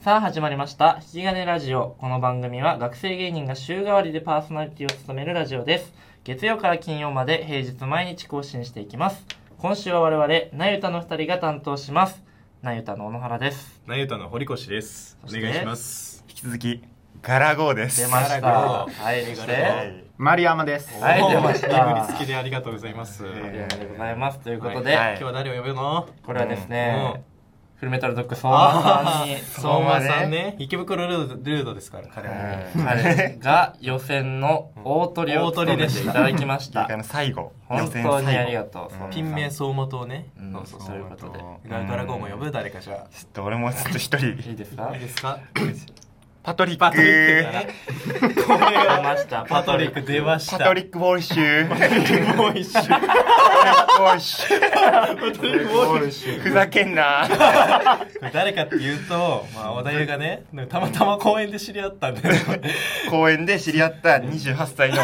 さあ始まりました引き金ラジオこの番組は学生芸人が週替わりでパーソナリティを務めるラジオです月曜から金曜まで平日毎日更新していきます今週は我々なゆたの2人が担当しますなゆたの小野原ですなゆたの堀越です。そおして願いします。引き続きガラゴーです出ましなたるほどはいそしはていマリアマですはいおー出ました身振り付きでありがとうございます。ありえがとうございますということで、はい今日は誰を呼ぶの？これはですうんね、フルメタルドッグ相馬さんに相馬さんね、池袋ルードルードですから彼はね。うん彼が予選の大トリを務めていただきまし大た会の最後本当に予選最後ありがとうそうピン名相馬とね。うんそうそういうことでそうガガラゴーも呼ぶ誰かじゃちょっと俺もちょっと一い い人ですかあ。いいですか？パトリックパトリックだな。これ出はましたパトリック出ました。パトッリックボールシューパトリッククもう一緒。パボールシュトリックもう一ーふざけんな緒。誰かっていうと、まあ小田優がね、たまたま公園で知り合ったんだよ。公園で知り合った28歳の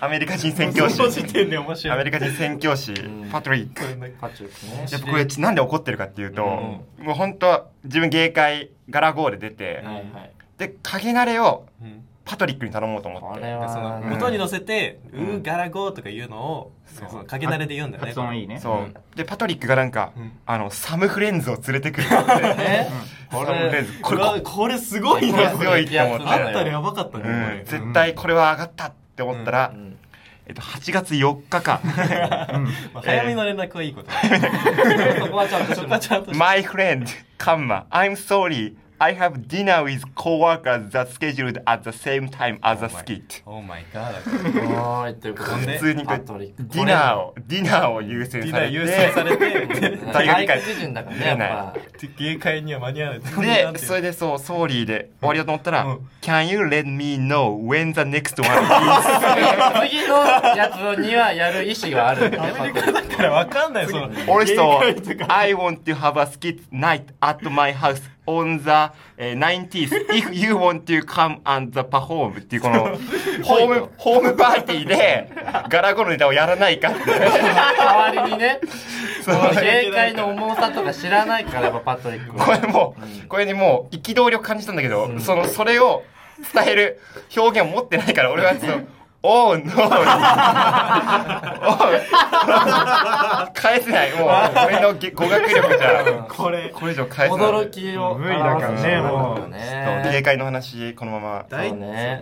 アメリカ人宣教師その時点で面白い。アメリカ人宣教師んパトリックパチューねやっぱこれちなんで怒ってるかっていうと、もう本当自分芸会ガラゴーで出て、うはんいはいで影慣れをうんパトリックに頼もうと思っこてれそはのん音に乗せて「ううんーガラゴー」とか言うのをそうそのかけ慣れで言うんだよね発音いいねそう、うんでパトリックがなんか、うんあのサム・フレンズを連れてくるってね サこム・フレンれズここれれここれこれすごいこれなすこれごいって思っこれあやつったらて、やばかったねうこんれ、絶対これは上がったって思ったら、うんえっと、8月4日かまあ早めの連絡はいいことだそこはちゃんとしてそこまはすちゃんと「My friend カンマ I'm sorry I have dinner with coworkers that scheduled at the same time as a skit オーマイガーはいということ普で通にこパれトリックディナーをディナーを優デ先ィさナれーて優先されて大学外会国人だからねやっぱ芸会には間に合わないでそれでそうソーリーで終わりだと思ったら「うん Can you let me know when the next one is?」次のやつにはやる意思 があるんだアよねメリカだからわかんないその俺人芸会とか I want to have a skit night at my house on the えー 90th if you want to come and the perform ってい うこのホームホームパーティーでガラゴのネタをやらないかって代わりにねそそうの警戒の重さとか知らないからやっぱパトリックこはれもうこれにもう憤りを感じたんだけど、そのそれを伝える表現を持ってないから俺はその 「おうの」おう返せないもう俺のげ語学力じゃこれこれ以上返せない驚きを無理だからねもう表すんだよ警ね戒の話このまま大そうね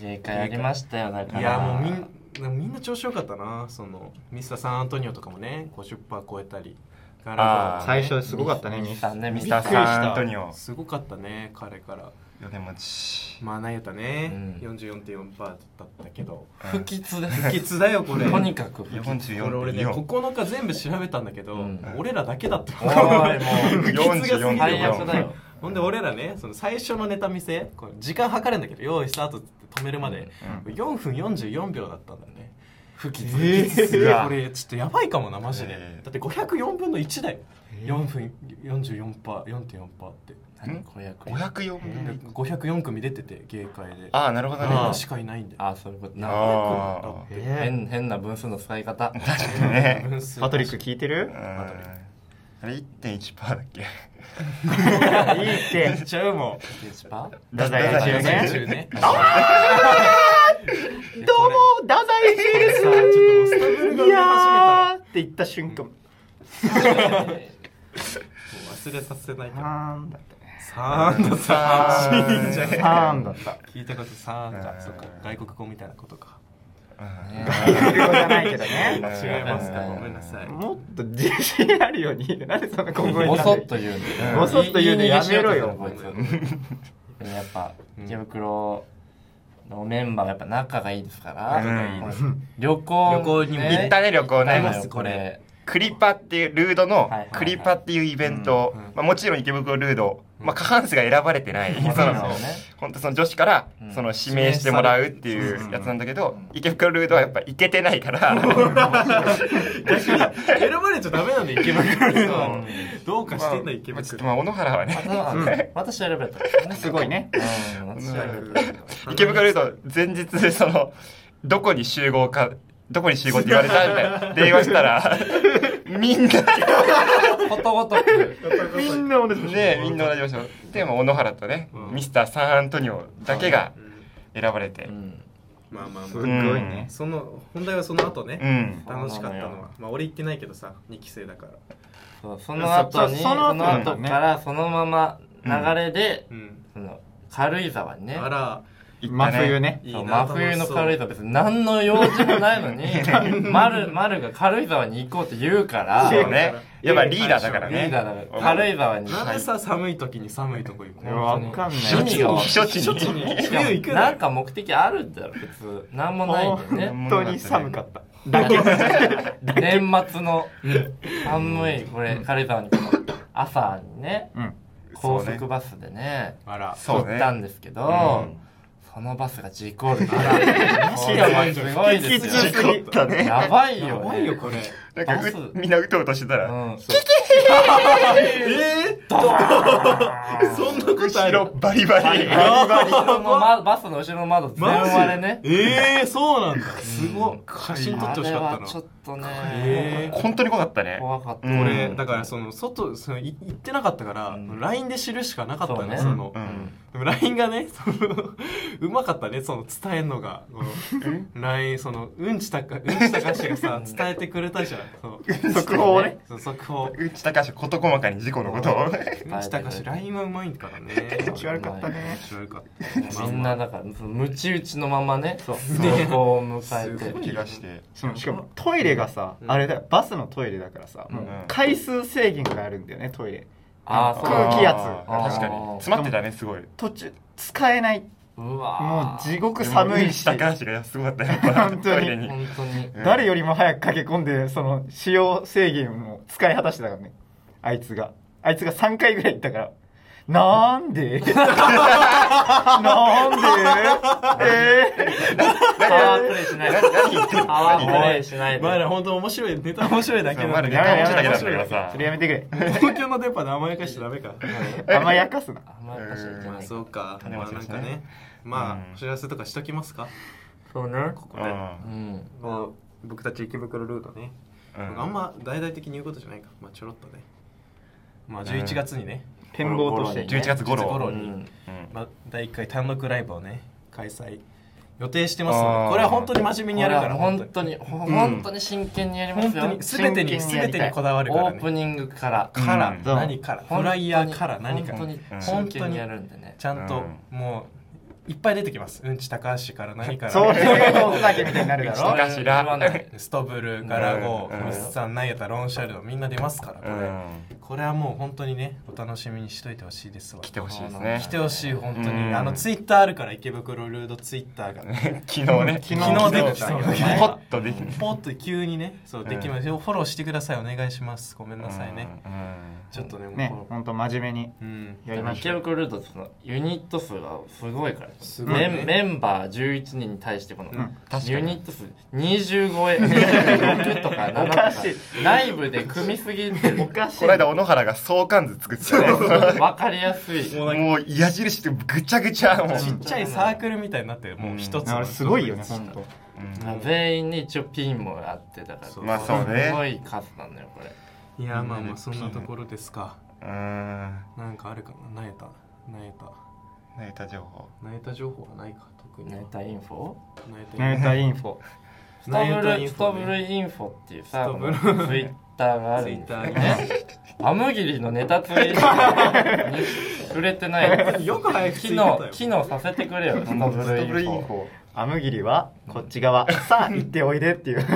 う警ん戒ありましたよだからいやもうみんみんな調子よかったなそのミスターサンアントニオとかもね50%超えたりガラゴーもね最初すごかったねミスさんねミミススタターーサンアントニオすごかったね彼からでもちまあなやたね、う44.4%だったけど不吉です不吉だよこれとにかく不吉これ俺ね44.4 9日全部調べたんだけど、うん俺らだけだったおーいもう不吉がすぎる44最悪だよほんで俺らねその最初のネタ見せこれ時間計るんだけど用意スタートって止めるまで、4分44秒だったんだよね不吉えうわこれちょっとやばいかもなマジで、えーだって504分の1だよ、4分44パー4.4パーって何これ役員504分504組出てて芸会でああなるほどね俺らしかいないんだよあそういうことなんか あ変変な分数の使い方あね分数パトリック聞いてる うんあれ1.1%だっけいいっめてっちゃうもん一番太宰太中中宰ねねどうも太宰治でさあちょっともうスタブルがすい見始やーって言った瞬間めたらもう忘れさせないからあーんだったねさーんだささーんーんじゃねえあーんだった聞いたことさーんかうんそっか外国語みたいなことか英語じゃないけど違いねますかごめんなさいもっと自信あるようになんでそんな今後ボソッと言うんだよボソッと言うのやめろよこいつでもやっぱ池袋のメンバーがやっぱ仲がいいですからうん旅行旅行にも行ったね旅行ありねますこれクリパっていうルードはのいはいはいクリパっていうイベント、うんうんまあ、もちろん池袋ルード、まあ、過半数が選ばれてない、んそのそうね本当その女子からうんその指名してもらうっていうやつなんだけど、池袋ルードはやっぱ行けてないから、 選ばれちゃダメなんだ池袋にはどうかしてんだ池まあちょっと袋まあ小野原はねあそう私選べたんですねすごいねうん私選べた池袋ルード前日そ のどこに集合かどこに集合って言われたみたいな電話したらみんな、ことごとくみんな同じ場所。ねみんな同じ場所。テーマ、小野原とね、うんミスターサンアントニオだけが選ばれて。まあまあすまごあいね。その本題はその後うね、ん。うん楽しかそうなったののよはまあ俺行ってないけどさ2期生だからそうその後にそそその後のなんだ後ねからそのまま流れで、うんその軽井沢にねあら行った真冬。ね。いいそうな真冬の軽井だ沢別に何の用事もないのに丸丸が軽井沢に行こうって言うからそうリね。やっぱリーダーだからね。ーダーだから軽井沢になんでさ寒い時に寒いとこ行くいやわかんない。意味がわかんない避暑地ちょっとに。ねしか冬行もなくなんか目的あるんだろ普通なんもないんだよねも本当に寒かった。だけ年末の寒いこれ軽井沢に朝にねうん。高速バスでねあらそう行ねったんですけど、うんそのバスが事故るからジやばいすごいですよ引き続きだね。やばいやよ、ね、ばいよこれなんかバスうみんなうとうとしてたら、うん、えー そんなことあ後るろバリバリ。後ろのまバスの後ろの窓全割れねええそうなんだすごっ写真撮ってほしかあっれはたちょなっとね、え本当に怖かったね。怖かった、うん俺だからその外そのい行ってなかったから、うん LINE で知るしかなかったそうねねその、うん。でも LINE がねその うまかったねその伝えんのがこの LINE そのうんちたかうんちたかしがさ伝えてくれたじゃんそう速報ねそう速報うちたかし事細かに事故のことを。う んちたかし LINE はうまいんだからね気悪かったね。面白いかみんなだからそのムチ打ちのままねそうねそこを迎えてすごい怪我して。そのしかもトイレがさう、んあれだよ、バスのトイレだからさ、もううん回数制限があるんだよね、トイレ。あーそう空気圧。あー確かに。詰まってたね、すごい。途中、使えない。うわもうー地獄寒いし。でもうんちたかしがすごかったね。やっぱ本 当にトイレ本当にうん誰よりも早く駆け込んでその使用制限を使い果たしてたからねあいつがあいつが3回ぐらい行ったからなん でなんでえパワープレイしない何何言ってるパワープ何レイしないでまだ本当面白いネタ面白いだけそうなまんだだネけタど面面白いだけなんだ白いけどー、さそ。れやめてく東京の電波で甘やかしちゃダメか れ甘やかすな甘やかしちゃいけまなあいそうか種ままあきなんですねかねまうあんお知らせとかしときますかそうねここうでんうんまあ僕たち池袋ルートねうんあんま大々的に言うことじゃないかまあちょろっとねまあ11月にね展望として11月11月頃頃。うんうんまあ第1回単独ライブをね開催予定してますのあーでこれは本当に真面目にやるから本当にほ本当に真剣にやります本よ当に全て真剣にやにりたい全てにこだわるかオらープニねングからからうん何からフライヤーから何から本当にうん真剣にやるんでねちゃんともういっぱい出てきますうんち高橋から何 からそういうのだけみたいになるだうろんかしら言わない ストブル、ガラゴうんー、ミスさん、ナイやタ、ロンシャルド、みんな出ますから、こうれ。んこれはもう本当にね、お楽しみにしといてほしいですわ。来てほしいですほねし来。てほしい、本当うに。んあの、ツイッターあるから、池袋ルードツイッターが。 昨日ね。昨昨日出てきたたよポね。ッとできる。ポッと急にね、そう、できますよ。フォローしてください、お願いします。ごめんなさいね。うん。うんちょっとね、ねもうこ本当真面目にのうん。やりまし池ょう袋ルートってそのユニット数がすごいからすごいメンね。メンバー11人に対してこのん確かにユニット数20超え6とか7とかおかしいライブで組みすぎてるおかしいこの間、小野原が相関図作ってたね。分かりやすいもうなんかもう矢印ってぐちゃぐちゃもう、ちっちゃいサークルみたいになって、もう一つあの。れすごいよね本当うんあ全員に一応ピンもあってだからそうまあそうすごねい数なんだよこれいや、まあまあ、そんなところですか。うんなんかあるかな、ナイタ、ナイタ。ネタ情報ナイタ情報はないか、特に。ネタインフォナイタインフォストブルストブイルインフォっていうさストブルこのツイッターがあるんですよツイッターねアムギリのネタツイートに触れてない よく早く機能機能させてくれよストブルインフォォアムギリはこっち側 さあ行っておいでっていう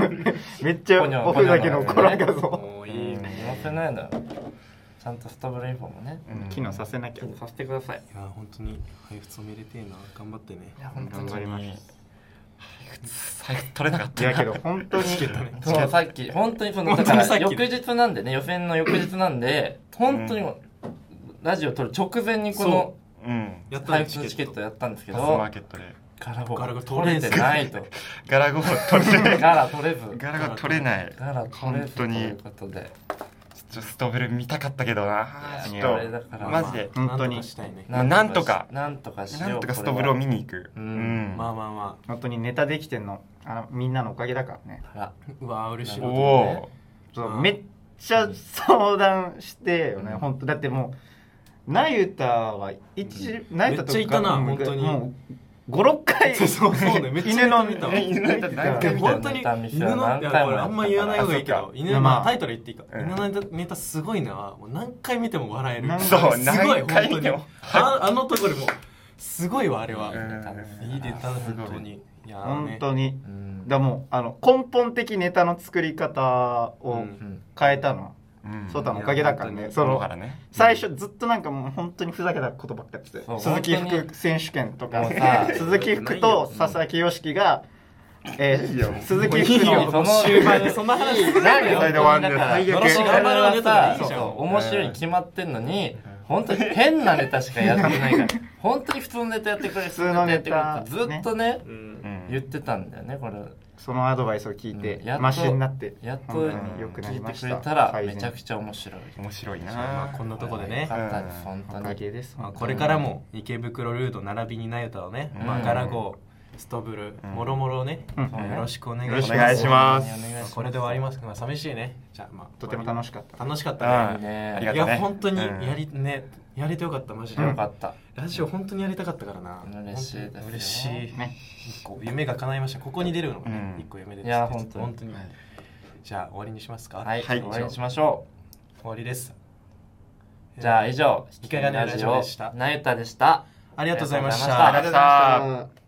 めっちゃおふざけの子らがぞもういいいねいね載せないのよちゃんとストブルインフォもね機能させなきちゃょっとさせてくださいいや本当に配布をめでてえな頑張ってねいや本当に頑張ります財布取れなかっいたやけど本 当にチケットねそうさっき本当にそのだか本当にらさっき翌日なんでね予選の翌日なんで本当にもうラジオ撮る直前にこのうんやった配ね布のチケットやったんですけパスマどーケットでガラボガラゴ取れてないとガラゴー取れないガラ取れずガラゴー取れないガラ取れずと本当にいうことでちょっとストベル見たかったけどなちいょやっこれだかとらマジで本当になんとかしたいねまあなんとかなんとかしようなんとかストベルを見に行くううんんまあまあま本当にネタできてんのあのみんなのおかげだからねこれはあうわー嬉しいなことるにおねおそううんめっちゃ相談してよね、本当だってもうなゆたは一なゆためっとかちゃいたなもう本当にもう56回そうそうそうねめっちゃ犬の見たわ犬の犬の何でも回見本当に犬のいやこれあんま言わない方がいいけど犬あそっかまのあタイトル言っていいかうん犬のネタすごいなはもう何回見ても笑える何す回ごそうい何回見ても本当にああのところもすごいわあれはうんいいネタだすごい本当にいやー本ね当にうんだからもうあの根本的ネタの作り方うをん変えたのはうんソタのおかげだからいやね本そそうのからね最初ずっとなんかもう本当にふざけたことばっかやっててそう鈴木本当に福選手権ともかうさ 鈴木福と佐々木義樹が、えーいいよ鈴木い福いよのその終盤でそんな話する何でそれで終わんのだよから最よ悪ろしく頑張ろうねとかいいそうじゃそんう面白いに決まってんのに本当に変なネタしかやってないから本当に普通のネタやってくれ普通のネタずっとねうんうん言ってたんだよねこれそのアドバイスを聞いて、うんやっとマシになってやっと本当に良くな聞りいまてしくたれたら改め善ちゃくちゃ面白い面白いなまあこんなとこでねよかったです本当おにかげですまあ、これからも池袋ルート並びになゆたをね、うんまあ、ガラゴーストブルうんもろもろをね、うんまあよろしくお願いしよろましすくお願いしますお願いしまあますこれで終わりますまあ寂しいねじゃあまあとても楽しかった楽しかっうたね、んねありいがとうねや本当にうんやりねやれてよかったマジで、よかったラジオ本当にやりたかったからな嬉しいですよ嬉しい、ね一個夢が叶いましたここに出るのがね、うん一個夢ですいや本当に本当に、じゃあ終わりにしますかはいはい終わりにしましょ終わりですうじゃあ以上いかがなラジオでしたなゆたでしたありがとうございましありがとうございましたありがとうございましたあ